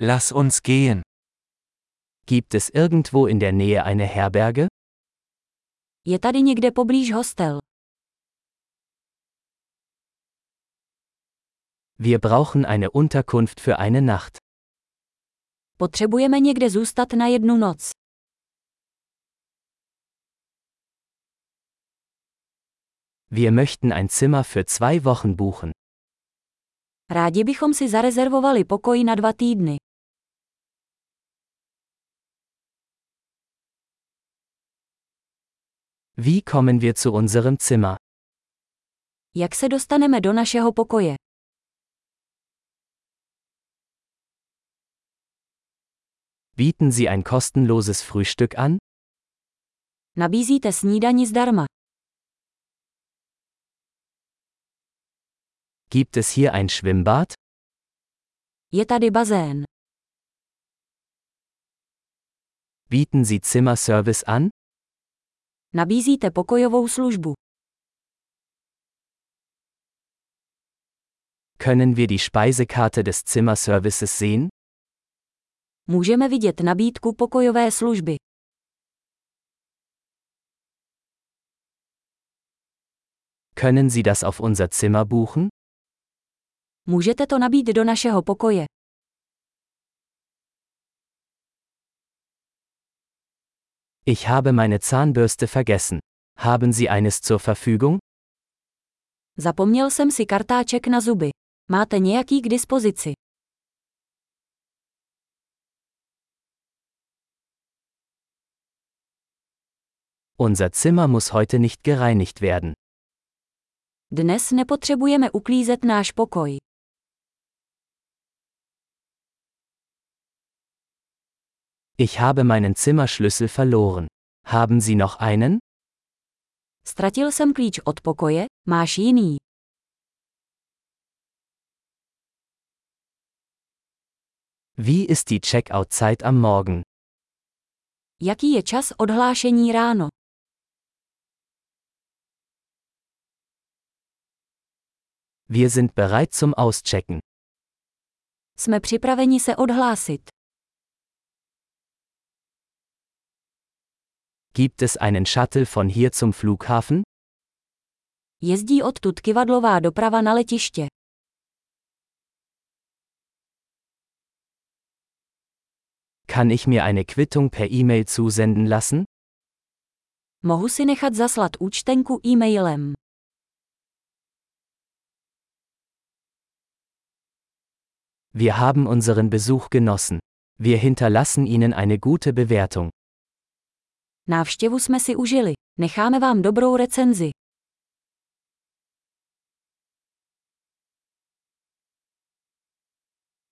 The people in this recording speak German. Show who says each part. Speaker 1: Lass uns gehen.
Speaker 2: Gibt es irgendwo in der Nähe eine Herberge?
Speaker 3: Je tady někde poblíž hostel.
Speaker 2: Wir brauchen eine Unterkunft für eine Nacht.
Speaker 3: Potřebujeme někde zůstat na jednu noc.
Speaker 2: Wir möchten ein Zimmer für zwei Wochen buchen.
Speaker 3: Rádi bychom si zarezervovali pokoj na dva týdny.
Speaker 2: Wie kommen wir zu unserem Zimmer?
Speaker 3: Jak se dostaneme do našeho pokoje?
Speaker 2: Bieten Sie ein kostenloses Frühstück an?
Speaker 3: Nabízíte snídani zdarma.
Speaker 2: Gibt es hier ein Schwimmbad?
Speaker 3: Je tady bazén.
Speaker 2: Bieten Sie Zimmerservice an?
Speaker 3: Nabízíte pokojovou službu.
Speaker 2: Können wir die Speisekarte des Zimmerservices sehen?
Speaker 3: Můžeme vidět nabídku pokojové služby.
Speaker 2: Können Sie das auf unser Zimmer buchen?
Speaker 3: Můžete to nabít do našeho pokoje.
Speaker 2: Ich habe meine Zahnbürste vergessen. Haben Sie eines zur Verfügung?
Speaker 3: Zapomněl jsem si kartáček na zuby. Máte nějaký k dispozici?
Speaker 2: Unser Zimmer muss heute nicht gereinigt werden.
Speaker 3: Dnes nepotřebujeme uklízet náš pokoj.
Speaker 2: Ich habe meinen Zimmerschlüssel verloren. Haben Sie noch einen?
Speaker 3: Ztratil jsem klíč od pokoje, máš jiný.
Speaker 2: Wie ist die Checkout-Zeit am Morgen?
Speaker 3: Jaký je čas odhlášení ráno?
Speaker 2: Wir sind bereit zum Auschecken.
Speaker 3: Jsme připraveni se odhlásit.
Speaker 2: Gibt es einen Shuttle von hier zum Flughafen?
Speaker 3: Jezdí odtud kivadlová doprava na letiště.
Speaker 2: Kann ich mir eine Quittung per E-Mail zusenden lassen?
Speaker 3: Mohu si nechat zaslat účtenku e-mailem.
Speaker 2: Wir haben unseren Besuch genossen. Wir hinterlassen Ihnen eine gute Bewertung.
Speaker 3: Návštěvu jsme si užili. Necháme vám dobrou recenzi.